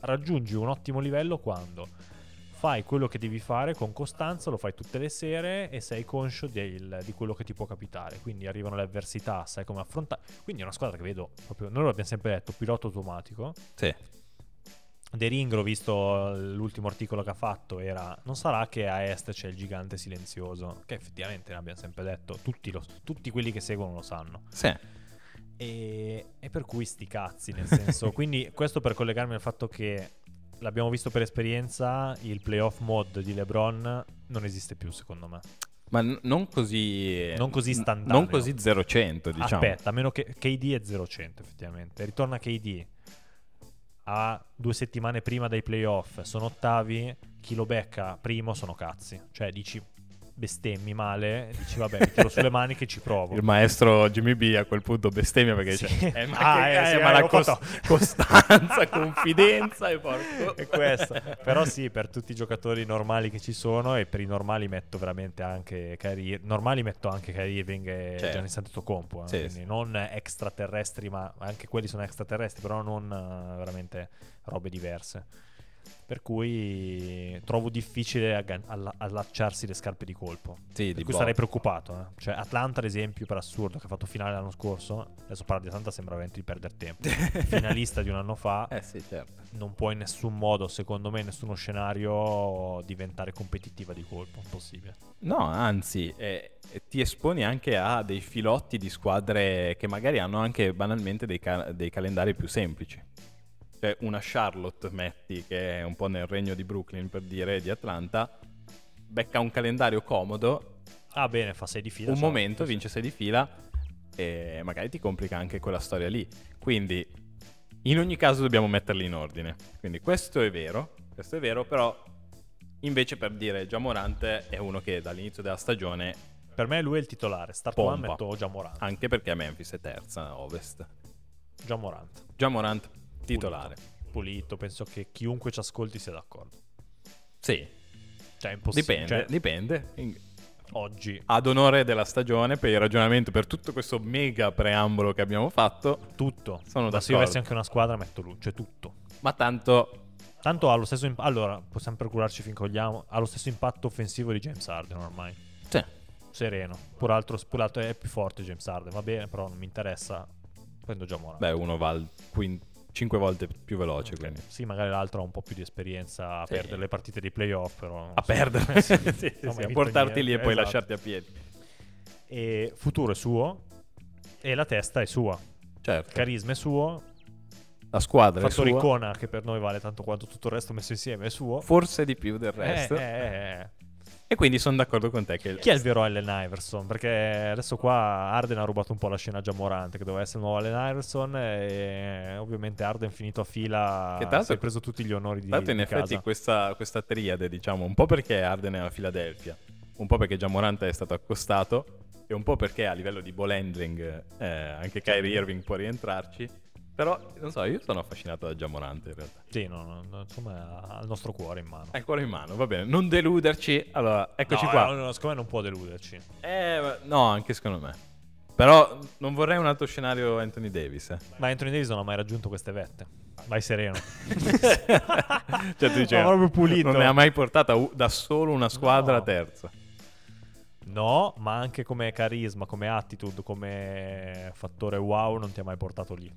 S2: raggiungi un ottimo livello quando fai quello che devi fare con costanza, lo fai tutte le sere e sei conscio del- di quello che ti può capitare. Quindi arrivano le avversità, sai come affrontare. Quindi è una squadra che vedo proprio, noi lo abbiamo sempre detto, pilota automatico.
S1: Sì.
S2: De Ring, ho visto eh, l'ultimo articolo che ha fatto, era non sarà che a est c'è il gigante silenzioso, che effettivamente ne abbiamo sempre detto, tutti, lo- tutti quelli che seguono lo sanno.
S1: Sì.
S2: E, e per cui sti cazzi, nel senso, quindi questo per collegarmi al fatto che l'abbiamo visto per esperienza, il playoff mod di LeBron non esiste più secondo me.
S1: Ma n- non così...
S2: Non così
S1: n-
S2: istantaneo.
S1: Non così 0-100, diciamo.
S2: Aspetta, a meno che KD è 0-100 effettivamente. Ritorna KD a due settimane prima dai playoff, sono ottavi, chi lo becca primo sono cazzi. Cioè dici bestemmi male, dici vabbè mi tiro sulle maniche e ci provo.
S1: Il maestro Jimmy B a quel punto bestemmia perché
S2: Sì.
S1: dice "Eh, ma,
S2: Ah,
S1: che-
S2: eh,
S1: eh,
S2: sì,
S1: ma la
S2: avevo
S1: cos-
S2: fatto."
S1: costanza, confidenza e porco.
S2: È questo. Però sì, per tutti i giocatori normali che ci sono e per i normali metto veramente anche Kyrie normali metto anche Kyrie Irving e
S1: Certo.
S2: Gianni Antetokounmpo, eh,
S1: Sì,
S2: quindi
S1: sì.
S2: non extraterrestri, ma anche quelli sono extraterrestri, però non eh, veramente robe diverse. Per cui trovo difficile aggan- alla- allacciarsi le scarpe di colpo.
S1: Sì,
S2: Per
S1: di
S2: cui
S1: boh.
S2: sarei preoccupato. eh. Cioè, Atlanta, ad esempio, per assurdo, che ha fatto finale l'anno scorso. Adesso parlo di Atlanta, sembra veramente di perdere tempo. Finalista di un anno fa,
S1: Eh sì, certo.
S2: non può in nessun modo, secondo me, in nessuno scenario diventare competitiva di colpo. Impossibile.
S1: No, anzi, eh, ti esponi anche a dei filotti di squadre che magari hanno anche banalmente dei, ca- dei calendari più semplici. Cioè una Charlotte, metti, che è un po' nel regno di Brooklyn per dire, di Atlanta, becca un calendario comodo
S2: Ah, bene, fa 6 di fila.
S1: un
S2: so.
S1: momento vince 6 di fila e magari ti complica anche quella storia lì. Quindi in ogni caso dobbiamo metterli in ordine. Quindi questo è vero, questo è vero, però invece per dire già Morante è uno che dall'inizio della stagione,
S2: Per me lui è il titolare. Start one
S1: Pompa.
S2: metto già Morant.
S1: anche perché Memphis è terza a ovest,
S2: Già Morant.
S1: già Morant titolare.
S2: Pulito. Pulito, penso che chiunque ci ascolti sia d'accordo.
S1: Sì,
S2: Cioè, è impossibile.
S1: dipende,
S2: Cioè,
S1: dipende. In-
S2: oggi
S1: Ad onore della stagione, per il ragionamento, per tutto questo mega preambolo che abbiamo fatto,
S2: tutto.
S1: Sono
S2: Ma se
S1: d'accordo.
S2: io avessi anche una squadra metto lui. Cioè, tutto.
S1: ma tanto
S2: Tanto ha lo stesso imp- Allora, possiamo procurarci finché vogliamo. Ha lo stesso impatto offensivo di James Harden ormai.
S1: sì,
S2: sereno. Pur altro, pur altro- è più forte James Harden, va bene, però non mi interessa. Prendo già Morant.
S1: beh, uno va 5 volte più veloce,
S2: Ok.
S1: quindi
S2: Sì, magari l'altro ha un po' più di esperienza a
S1: Sì.
S2: perdere le partite di playoff, però... non
S1: a
S2: so.
S1: perdere,
S2: Sì,
S1: Sì, sì,
S2: non ha
S1: sì,
S2: mai
S1: a
S2: vinto
S1: portarti lì e
S2: niente,
S1: poi
S2: esatto.
S1: lasciarti a piedi.
S2: E futuro è suo, e la testa è sua,
S1: Certo,
S2: carisma è suo,
S1: la squadra è
S2: fattore
S1: sua,
S2: icona che per noi vale tanto quanto tutto il resto messo insieme è suo.
S1: forse di più del resto.
S2: Eh, eh, eh.
S1: E quindi sono d'accordo con te che
S2: Chi è il vero Allen Iverson? Perché adesso qua Arden ha rubato un po' la scena già Morante, che doveva essere il nuovo Allen Iverson. E eh, ovviamente Arden finito a fila.
S1: Che tra l'altro-
S2: Ah, si è preso tutti gli onori di,
S1: Tra l'altro in
S2: di
S1: effetti
S2: casa.
S1: questa, questa triade, diciamo, un po' perché Arden è a Filadelfia, un po' perché Giamorante è stato accostato e un po' perché a livello di ball handling eh, anche Kyrie
S2: Certo.
S1: Irving può rientrarci. Però, non so, io sono affascinato da Giamorante in realtà.
S2: Sì, no, no, no, insomma, ha il nostro cuore in mano.
S1: È ancora in mano, va bene. Non deluderci. Allora, eccoci
S2: No,
S1: qua.
S2: no, no, secondo me non può deluderci.
S1: Eh, ma- no, anche secondo me. Però non vorrei un altro scenario Anthony Davis. eh.
S2: Ma Anthony Davis non ha mai raggiunto queste vette. Vai sereno.
S1: Cioè, tu dici,
S2: Ma proprio pulito.
S1: Non ne ha mai portata u- da solo una squadra
S2: No.
S1: terza.
S2: No, ma anche come carisma, come attitude, come fattore wow, non ti ha mai portato lì.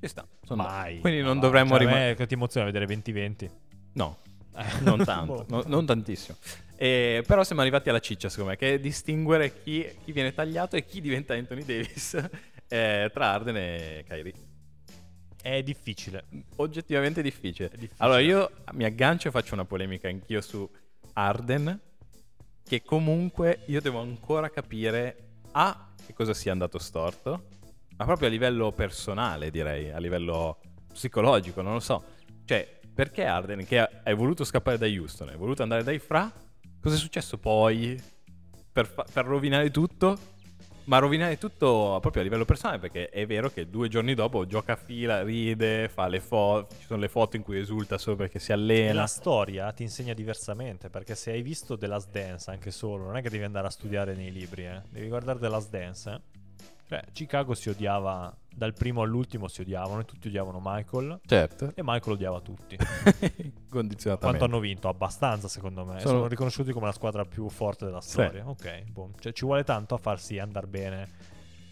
S1: Ci sta. sono
S2: Mai.
S1: d'accordo. Quindi non
S2: Mai.
S1: dovremmo
S2: Cioè, a
S1: rimanere...
S2: me Che ti emoziona vedere Boh. 20-20.
S1: No, Eh, non tanto, no- non tantissimo. Eh, però siamo arrivati alla ciccia, secondo me, che è distinguere chi, chi viene tagliato e chi diventa Anthony Davis eh, tra Arden e Kyrie.
S2: È difficile.
S1: Oggettivamente difficile.
S2: È difficile.
S1: Allora io mi aggancio e faccio una polemica anch'io su Arden, che comunque io devo ancora capire A, che cosa sia andato storto, ma proprio a livello personale direi, a livello psicologico, non lo so. Cioè, perché Arden, che ha- è voluto scappare da Houston, è voluto andare dai Fra, cosa è successo poi? per, fa- per rovinare tutto. Ma rovinare tutto proprio a livello personale, perché è vero che due giorni dopo gioca a fila, ride, fa le foto. Ci sono le foto in cui esulta solo perché si
S2: E
S1: allena.
S2: la storia ti insegna diversamente, perché se hai visto The Last Dance anche solo, non è che devi andare a studiare nei libri, eh. devi guardare The Last Dance. eh. Cioè, Chicago si odiava, dal primo all'ultimo si odiavano, e tutti odiavano Michael,
S1: Certo.
S2: e Michael odiava tutti. Quanto
S1: Condizionatamente.
S2: hanno vinto? Abbastanza, secondo me.
S1: Sono-
S2: Sono, riconosciuti come la squadra più forte della storia. Ok, boom. Cioè, ci vuole tanto a farsi andare bene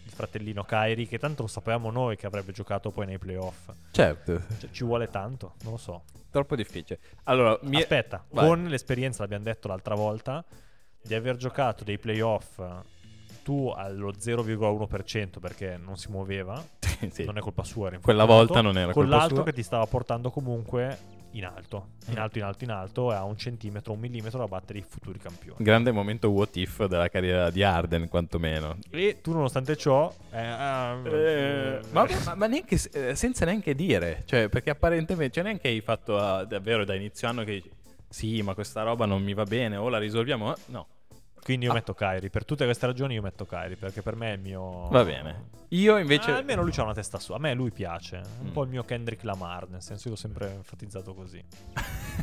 S2: il fratellino Kairi, che tanto lo sapevamo noi che avrebbe giocato poi nei playoff.
S1: Certo.
S2: Cioè, ci vuole tanto, non lo so.
S1: Troppo difficile. Allora, mi...
S2: Aspetta,
S1: Vai.
S2: con l'esperienza, l'abbiamo detto l'altra volta, di aver giocato dei playoff tu allo 0,1% perché non si muoveva,
S1: sì.
S2: non è colpa sua, era
S1: Quella
S2: infortunato,
S1: volta non era
S2: con
S1: colpa
S2: l'altro
S1: sua. Mm.
S2: che ti stava portando comunque in alto, in alto, in alto, in alto, e a un centimetro, un millimetro da battere i futuri campioni.
S1: Grande momento what if della carriera di Arden, quantomeno.
S2: E tu, nonostante ciò, eh, ah, eh,
S1: ma, ma- ma neanche s- eh, senza neanche dire, cioè, perché apparentemente, cioè, neanche hai fatto ah, davvero da inizio anno che dici, sì, ma questa roba non mi va bene, o la risolviamo, eh?" no.
S2: quindi io
S1: Ah.
S2: metto Kairi. Per tutte queste ragioni, io metto Kairi perché per me è il mio.
S1: Va bene. Io invece...
S2: Ah, almeno lui ha una testa sua. A me lui piace. È Un
S1: Mm.
S2: po' il mio Kendrick Lamar. Nel senso, io l'ho sempre enfatizzato così.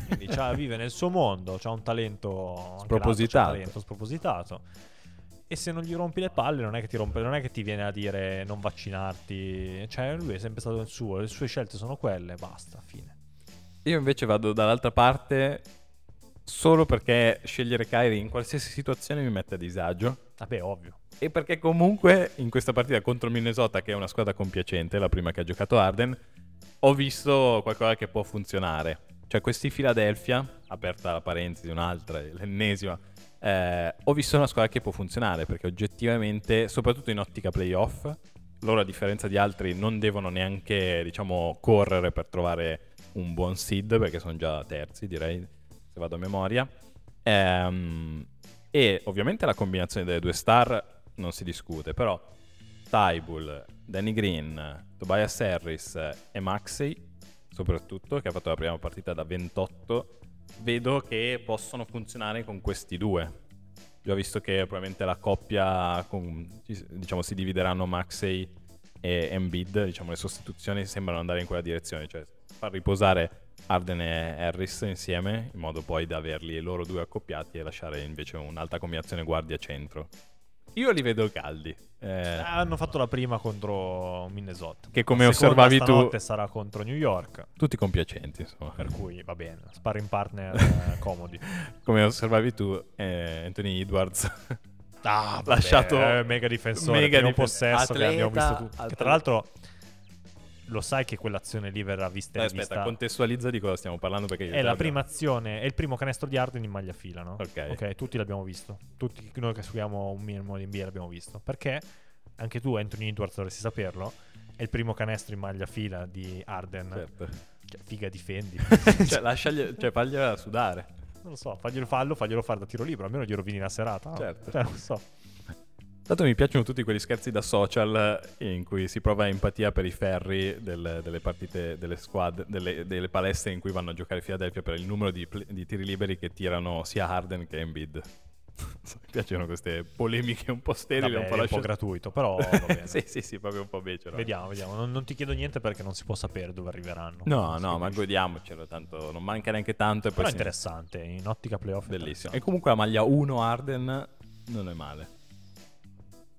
S2: Quindi c'ha- vive nel suo mondo. Ha un talento anche l'altro
S1: Spropositato.
S2: c'ha un talento spropositato. E se non gli rompi le palle, non è che ti, rompe, non è che ti viene a dire non vaccinarti. Cioè, lui è sempre stato il suo. Le sue scelte sono quelle. Basta, fine.
S1: Io invece vado dall'altra parte solo perché scegliere Kyrie in qualsiasi situazione mi mette a disagio.
S2: Vabbè, ovvio.
S1: E perché comunque in questa partita contro il Minnesota, che è una squadra compiacente, la prima che ha giocato Arden, ho visto qualcosa che può funzionare. Cioè questi Philadelphia, aperta la parentesi un'altra, l'ennesima, eh, ho visto una squadra che può funzionare perché oggettivamente, soprattutto in ottica playoff, loro a differenza di altri non devono neanche, diciamo, correre per trovare un buon seed perché sono già terzi, direi, se vado a memoria. Ehm, e ovviamente la combinazione delle due star non si discute, però Tybull, Danny Green, Tobias Harris e Maxey, soprattutto, che ha fatto la prima partita da 28, vedo che possono funzionare con questi due. Già visto che probabilmente la coppia, con- ci- diciamo, si divideranno Maxey e Embiid, diciamo, le sostituzioni sembrano andare in quella direzione, cioè far riposare Arden e Harris insieme, in modo poi da averli loro due accoppiati e lasciare invece un'alta combinazione guardia-centro. Io li vedo caldi. eh.
S2: Ah, Hanno fatto la prima contro Minnesota.
S1: Che come
S2: La seconda
S1: osservavi tu-
S2: stanotte sarà contro New York.
S1: tutti compiacenti, insomma.
S2: Per cui va bene, sparring partner eh, comodi.
S1: Come osservavi tu, eh, Anthony Edwards.
S2: Ah, vabbè,
S1: lasciato-
S2: eh, mega difensore,
S1: mega
S2: mega primo
S1: difensore.
S2: possesso che abbiamo
S1: Atleta,
S2: visto tutti. Che
S1: atleta.
S2: tra l'altro lo sai che quell'azione lì verrà vista e
S1: Dai, Eh, aspetta,
S2: rivista.
S1: contestualizza di cosa stiamo parlando perché io
S2: È
S1: te
S2: la
S1: l'abbia-
S2: prima azione, è il primo canestro di Arden in maglia fila, no?
S1: Ok.
S2: tutti l'abbiamo visto. Tutti noi che seguiamo un minimo di NBA l'abbiamo visto. Perché anche tu, Anthony Edwards, dovresti saperlo. È il primo canestro in maglia fila di Arden.
S1: Certo.
S2: Cioè, figa, difendi.
S1: cioè, lasciagli- cioè, fagliela sudare.
S2: Non lo so, faglielo fallo, faglielo fare da tiro libero, almeno gli rovini la serata. no?
S1: Certo.
S2: Cioè, non lo so.
S1: Tanto mi piacciono tutti quegli scherzi da social eh, in cui si prova empatia per i ferri del- delle partite, delle squadre, delle, delle palestre in cui vanno a giocare Philadelphia per il numero di, pl- di tiri liberi che tirano sia Harden che Embiid. mi piacciono queste polemiche un po' sterili, un
S2: Vabbè,
S1: po'
S2: è un po'
S1: lasciate-
S2: gratuito, però va bene.
S1: sì, sì, sì, proprio un po' becero.
S2: Vediamo, vediamo. Non, non ti chiedo niente perché non si può sapere dove arriveranno.
S1: No,
S2: Non si
S1: no, ma
S2: capisce.
S1: godiamocelo, tanto non manca neanche tanto. E poi
S2: Però è
S1: si-
S2: interessante, in ottica playoff. è
S1: Bellissimo. E
S2: interessante.
S1: comunque la maglia 1 Arden non è male.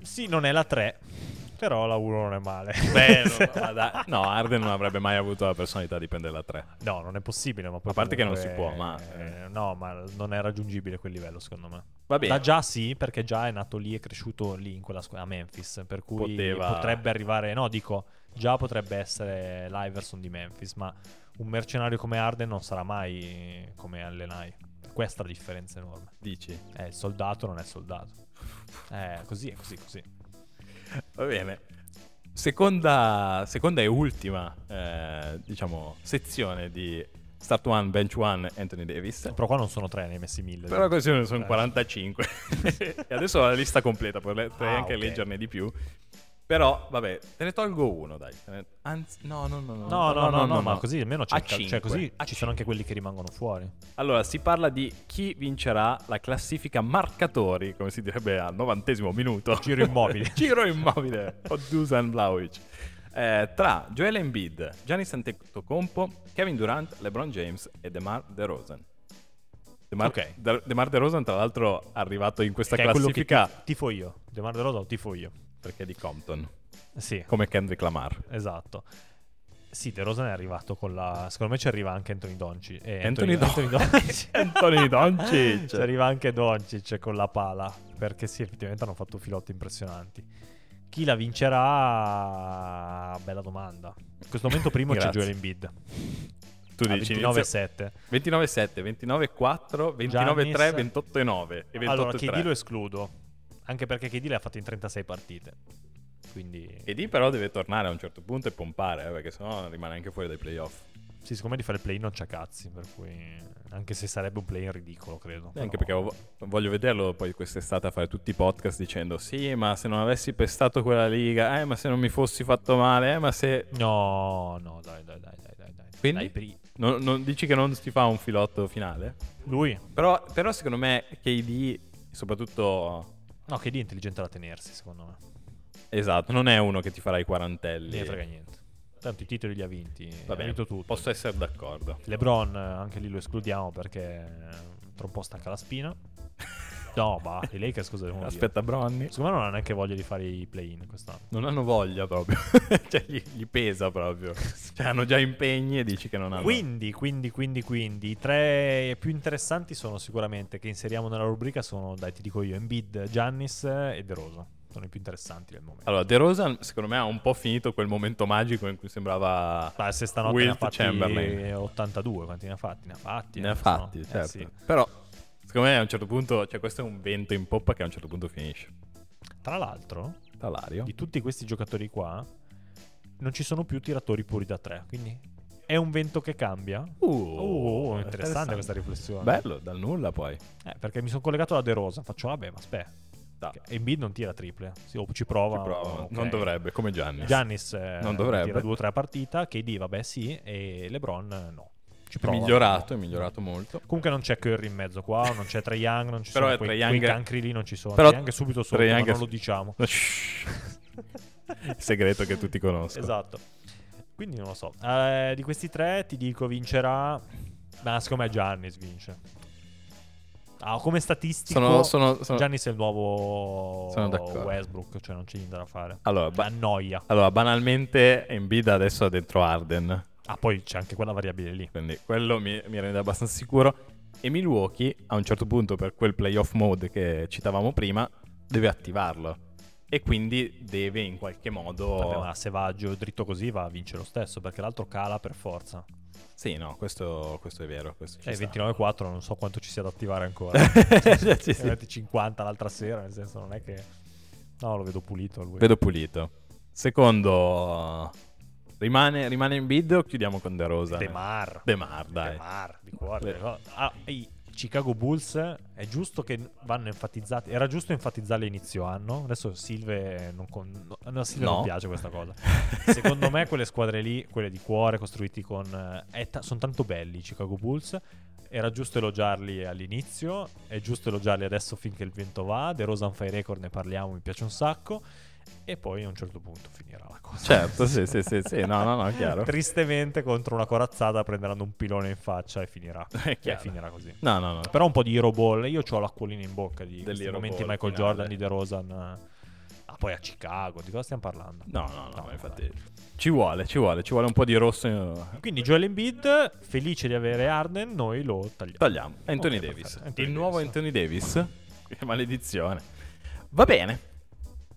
S2: Sì, non è la 3, però la 1 non è male.
S1: no, Arden non avrebbe mai avuto la personalità di prendere la 3.
S2: No, non è possibile. Ma poi
S1: A parte che non
S2: comunque,
S1: si può, ma-
S2: eh, no, ma non è raggiungibile quel livello, secondo me.
S1: Va bene.
S2: Da già sì, perché già è nato lì, è cresciuto lì in quella scuola a Memphis. Per cui
S1: Poteva-
S2: potrebbe arrivare. No, dico, già potrebbe essere l'Iverson di Memphis. Ma un mercenario come Arden non sarà mai come Allenai. Questa è la differenza enorme.
S1: Dici.
S2: Eh, il soldato non è soldato. Eh, così, è così, così.
S1: Va bene. Seconda, seconda e ultima, eh, diciamo, sezione di Start One, Bench One, Anthony Davis.
S2: Però qua non sono tre, ne hai messi mille.
S1: Però così ne sono
S2: Eh.
S1: 45. e adesso ho la lista completa, potrei
S2: Ah,
S1: anche
S2: ok.
S1: leggerne di più. Però, vabbè, te ne tolgo uno, dai. Te ne- Anzi, no, no, no.
S2: No, no, no, no, ma così almeno c'è
S1: A
S2: il cal-
S1: cinque,
S2: cioè così
S1: a
S2: ci sono anche quelli che rimangono fuori.
S1: Allora, si parla di chi vincerà la classifica marcatori, come si direbbe al novantesimo minuto.
S2: Giro immobile.
S1: Giro immobile. O Dusan Vlahovic. Eh, tra Joel Embiid, Gianni Antetokounmpo, Kevin Durant, LeBron James e DeMar DeRozan. DeMar,
S2: Ok.
S1: De- DeMar DeRozan, tra l'altro, è arrivato in questa
S2: Che è quello che
S1: classifica
S2: ti- tifo io. Demar De Rosa lo tifo io.
S1: perché è di Compton,
S2: Sì,
S1: come Kendrick Lamar.
S2: esatto. Sì, De Rosa è arrivato con la... Secondo me ci arriva anche Anthony Donci. Eh,
S1: Anthony Don-
S2: Doncic.
S1: Anthony Doncic.
S2: ci arriva anche Doncic con la pala. Perché sì, effettivamente hanno fatto filotti impressionanti. Chi la vincerà? Bella domanda. In questo momento primo c'è
S1: Grazie.
S2: Joel Embiid.
S1: Tu
S2: a
S1: dici
S2: 29-7.
S1: 29-7, 29-4, 29-3, 28-9 e 28-3.
S2: Allora, KD lo escludo. Anche perché KD le ha fatte in 36 partite. Quindi,
S1: KD però deve tornare a un certo punto e pompare, eh, perché sennò rimane anche fuori dai playoff.
S2: sì, siccome di fare il play non c'ha cazzi. Per cui, anche se sarebbe un play in ridicolo, credo.
S1: E Anche
S2: però-
S1: perché vo- voglio vederlo poi quest'estate a fare tutti i podcast dicendo sì, ma se non avessi pestato quella liga, eh, ma se non mi fossi fatto male, eh, ma se...
S2: No, no, dai, dai, dai, dai, dai. dai.
S1: Quindi?
S2: Dai, pri-
S1: Non, non- dici che non si fa un filotto finale?
S2: Lui?
S1: Però, però secondo me KD, soprattutto...
S2: No, KD è intelligente da tenersi, secondo me.
S1: Esatto, non è uno che ti farà i quarantelli.
S2: Non ne frega niente. Tanto i titoli li ha vinti.
S1: Va
S2: ha
S1: bene,
S2: vinto tutto.
S1: posso essere d'accordo.
S2: LeBron, eh, anche lì lo escludiamo perché eh, tra un po' stacca la spina. No, ma i Lakers cosa devono dire?
S1: Aspetta Bronny.
S2: Secondo me non ha neanche voglia di fare i play-in quest'anno.
S1: Non hanno voglia proprio, cioè gli, gli pesa proprio. Cioè hanno già impegni e dici che non hanno...
S2: Quindi, quindi, quindi, quindi, i tre più interessanti sono sicuramente che inseriamo nella rubrica sono, dai, ti dico io, Embiid, Giannis e De Rosa. Sono i più interessanti del momento.
S1: Allora, De Rosa, secondo me, ha un po' finito quel momento magico in cui sembrava.
S2: Ma Ah, se stanotte ne ha
S1: Wilt
S2: fatti
S1: Chamberlain.
S2: 82, quanti ne ha fatti? Ne ha fatti.
S1: Ne ha
S2: adesso no.
S1: fatti,
S2: Eh,
S1: certo.
S2: sì.
S1: Però, secondo me, a un certo punto, cioè, questo è un vento in poppa che a un certo punto finisce.
S2: Tra l'altro,
S1: Talario.
S2: di tutti questi giocatori qua, non ci sono più tiratori puri da tre, quindi è un vento che cambia.
S1: Uh,
S2: Oh, interessante, questa riflessione.
S1: Bello, dal nulla poi.
S2: Eh, perché mi sono collegato a De Rosa, faccio vabbè, ma aspetta.
S1: Da,
S2: Che Embiid non tira triple, sì, o ci
S1: Ah.
S2: prova.
S1: ci provo.
S2: ok.
S1: Non dovrebbe, come Gianni.
S2: Giannis eh,
S1: Non dovrebbe.
S2: tira due o tre a partita, KD vabbè sì, e LeBron eh, no. Ci
S1: È
S2: prova.
S1: migliorato, è migliorato molto.
S2: Comunque non c'è Curry in mezzo qua, non c'è Trae Young, non ci
S1: Però
S2: sono
S1: è
S2: quei,
S1: Trae
S2: quei
S1: Young-
S2: cancri lì, non ci sono.
S1: Però
S2: Trae Young è subito sotto,
S1: Trae
S2: ma
S1: Young è
S2: non lo
S1: su-
S2: diciamo.
S1: Il segreto che tutti conoscono.
S2: Esatto. Quindi non lo so. Eh, di questi tre ti dico vincerà... Ma secondo me Giannis vince. Ah, come statistico...
S1: Sono, sono, sono-
S2: Giannis è il nuovo
S1: Sono d'accordo.
S2: Westbrook, cioè non c'è niente da fare.
S1: Allora, ba-
S2: Annoia.
S1: allora, banalmente, Embiid adesso ha dentro Arden.
S2: Ah, poi c'è anche quella variabile lì.
S1: quindi quello mi, mi rende abbastanza sicuro. E Milwaukee, a un certo punto, per quel playoff mode che citavamo prima, deve attivarlo. E quindi deve in qualche modo.
S2: Vabbè, ma se va gio- dritto così va a vincere lo stesso, perché l'altro cala per forza.
S1: Sì, no, questo, questo è vero. Questo ci
S2: Cioè,
S1: sta.
S2: 29-4 non so quanto ci sia da attivare ancora.
S1: Cioè, sì,
S2: Ne
S1: sì.
S2: metti 50 l'altra sera, nel senso non è che... No, lo vedo pulito lui.
S1: Vedo pulito. Secondo, rimane, rimane in bid o chiudiamo con De Rosa?
S2: De Mar.
S1: De Mar, dai.
S2: De Mar, di cuore.
S1: Le-
S2: No, ah, i Chicago Bulls è giusto che vanno enfatizzati. Era giusto enfatizzarli inizio anno. Adesso Silve non, con- no, no, Silve non
S1: No.
S2: piace questa cosa. Secondo me quelle squadre lì, quelle di cuore, costruiti con... eh, è ta- sono tanto belli i Chicago Bulls. Era giusto elogiarli all'inizio, è giusto elogiarli adesso finché il vento va. De Rosa fa i record, ne parliamo, mi piace un sacco. E poi a un certo punto finirà la cosa.
S1: Certo, sì, sì, sì, sì, no, no, no, è chiaro.
S2: Tristemente contro una corazzata prenderanno un pilone in faccia e finirà.
S1: È chiaro.
S2: E finirà così.
S1: No, no, no.
S2: Però un po' di Hero Ball, io ho l'acquolina in bocca di questi
S1: Hero
S2: momenti
S1: Ball
S2: Michael
S1: finale.
S2: Jordan, di De Rosan. Ah, poi a Chicago, di cosa stiamo parlando?
S1: No, no, no,
S2: No,
S1: infatti. Ci vuole, ci vuole, ci vuole un po' di rosso. in-
S2: Quindi Joel Embiid, felice di avere Arden, noi lo tagliamo.
S1: Tagliamo. Anthony
S2: Ok,
S1: Davis.
S2: perfetto. Anthony
S1: il nuovo
S2: Davis.
S1: Anthony Davis. Che maledizione. Va bene.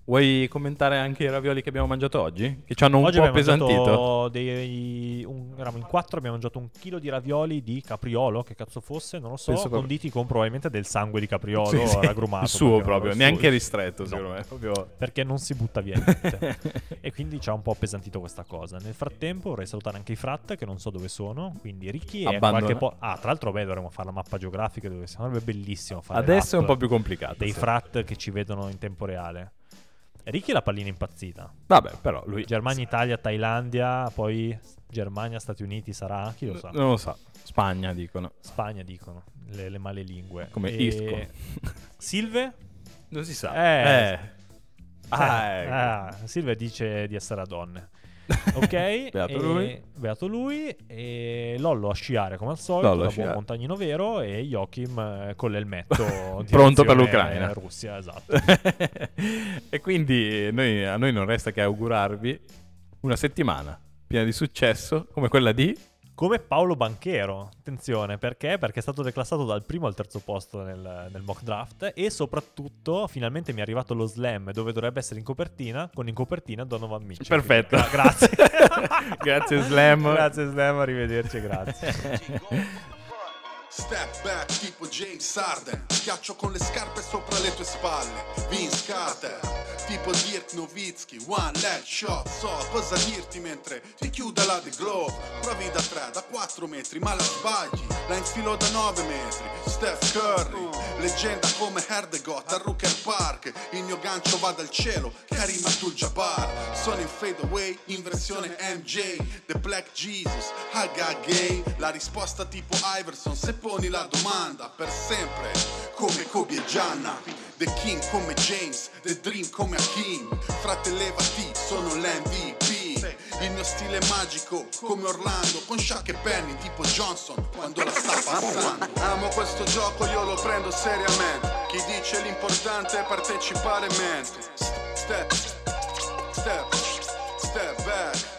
S1: Vuoi commentare anche i ravioli che abbiamo mangiato oggi? Che ci hanno un
S2: Oggi
S1: po'
S2: abbiamo
S1: appesantito.
S2: mangiato dei, un- eravamo in quattro, abbiamo mangiato un chilo di ravioli di capriolo, che cazzo fosse, non lo so,
S1: Penso proprio-
S2: conditi con probabilmente del sangue di capriolo
S1: Sì, sì,
S2: raggrumato.
S1: Il suo
S2: perché
S1: proprio,
S2: non-
S1: neanche
S2: il suo.
S1: ristretto,
S2: No.
S1: secondo me. Proprio...
S2: perché non si butta via niente. e quindi ci ha un po' appesantito questa cosa. Nel frattempo vorrei salutare anche i frat che non so dove sono, quindi Ricky e
S1: Abbandona-
S2: qualche po'... Ah, tra l'altro beh, dovremmo fare la mappa geografica dove siamo, sarebbe bellissimo fare
S1: Adesso è un
S2: l'app
S1: po' più complicato.
S2: dei
S1: sì.
S2: frat che ci vedono in tempo reale. Ricky è la pallina impazzita.
S1: Vabbè, però lui...
S2: Germania, Italia, Thailandia, poi Germania, Stati Uniti sarà, chi lo sa.
S1: Non lo so. Spagna, dicono.
S2: Spagna dicono, le, le male lingue.
S1: Come
S2: E-
S1: Isco.
S2: Silve?
S1: non si sa.
S2: Eh.
S1: Eh. Ah, ecco.
S2: ah, Silve dice di essere a donne. Ok,
S1: Beato
S2: e-
S1: lui.
S2: beato lui, e Lollo a sciare come al solito,
S1: Lollo a
S2: da buon
S1: sciare.
S2: montagnino vero e Joachim eh, con l'elmetto direzione
S1: Pronto per l'Ucraina.
S2: Russia, esatto.
S1: e quindi noi- a noi non resta che augurarvi una settimana piena di successo come quella di...
S2: Cioè, Come Paolo Banchero, attenzione, perché? Perché è stato declassato dal primo al terzo posto nel, nel mock draft e soprattutto finalmente mi è arrivato lo slam dove dovrebbe essere in copertina, con in copertina Donovan Mitchell.
S1: Perfetto.
S2: Gra- grazie.
S1: Grazie, Slam.
S2: Grazie Slam, arrivederci, grazie.
S3: Step back tipo James Sarden Schiaccio con le scarpe sopra le tue spalle Vince Carter Tipo Dirk Nowitzki One leg shot So cosa dirti mentre ti chiuda la The Globe Provi da 3, da 4 metri ma la sbagli La infilo da 9 metri Steph Curry Leggenda come Herdegot a Rooker Park Il mio gancio va dal cielo Karim Abdul-Jabbar Sono in fade away in versione MJ The Black Jesus Haga Gay La risposta tipo Iverson se poni la domanda Per sempre come Kobe e Gianna The King come James The Dream come Hakim Fratellevati sono l'MVP Il mio stile è magico come Orlando Con Shaq e Penny tipo Johnson quando la sta passando Amo questo gioco io lo prendo seriamente Chi dice l'importante è partecipare mente Step, step, step back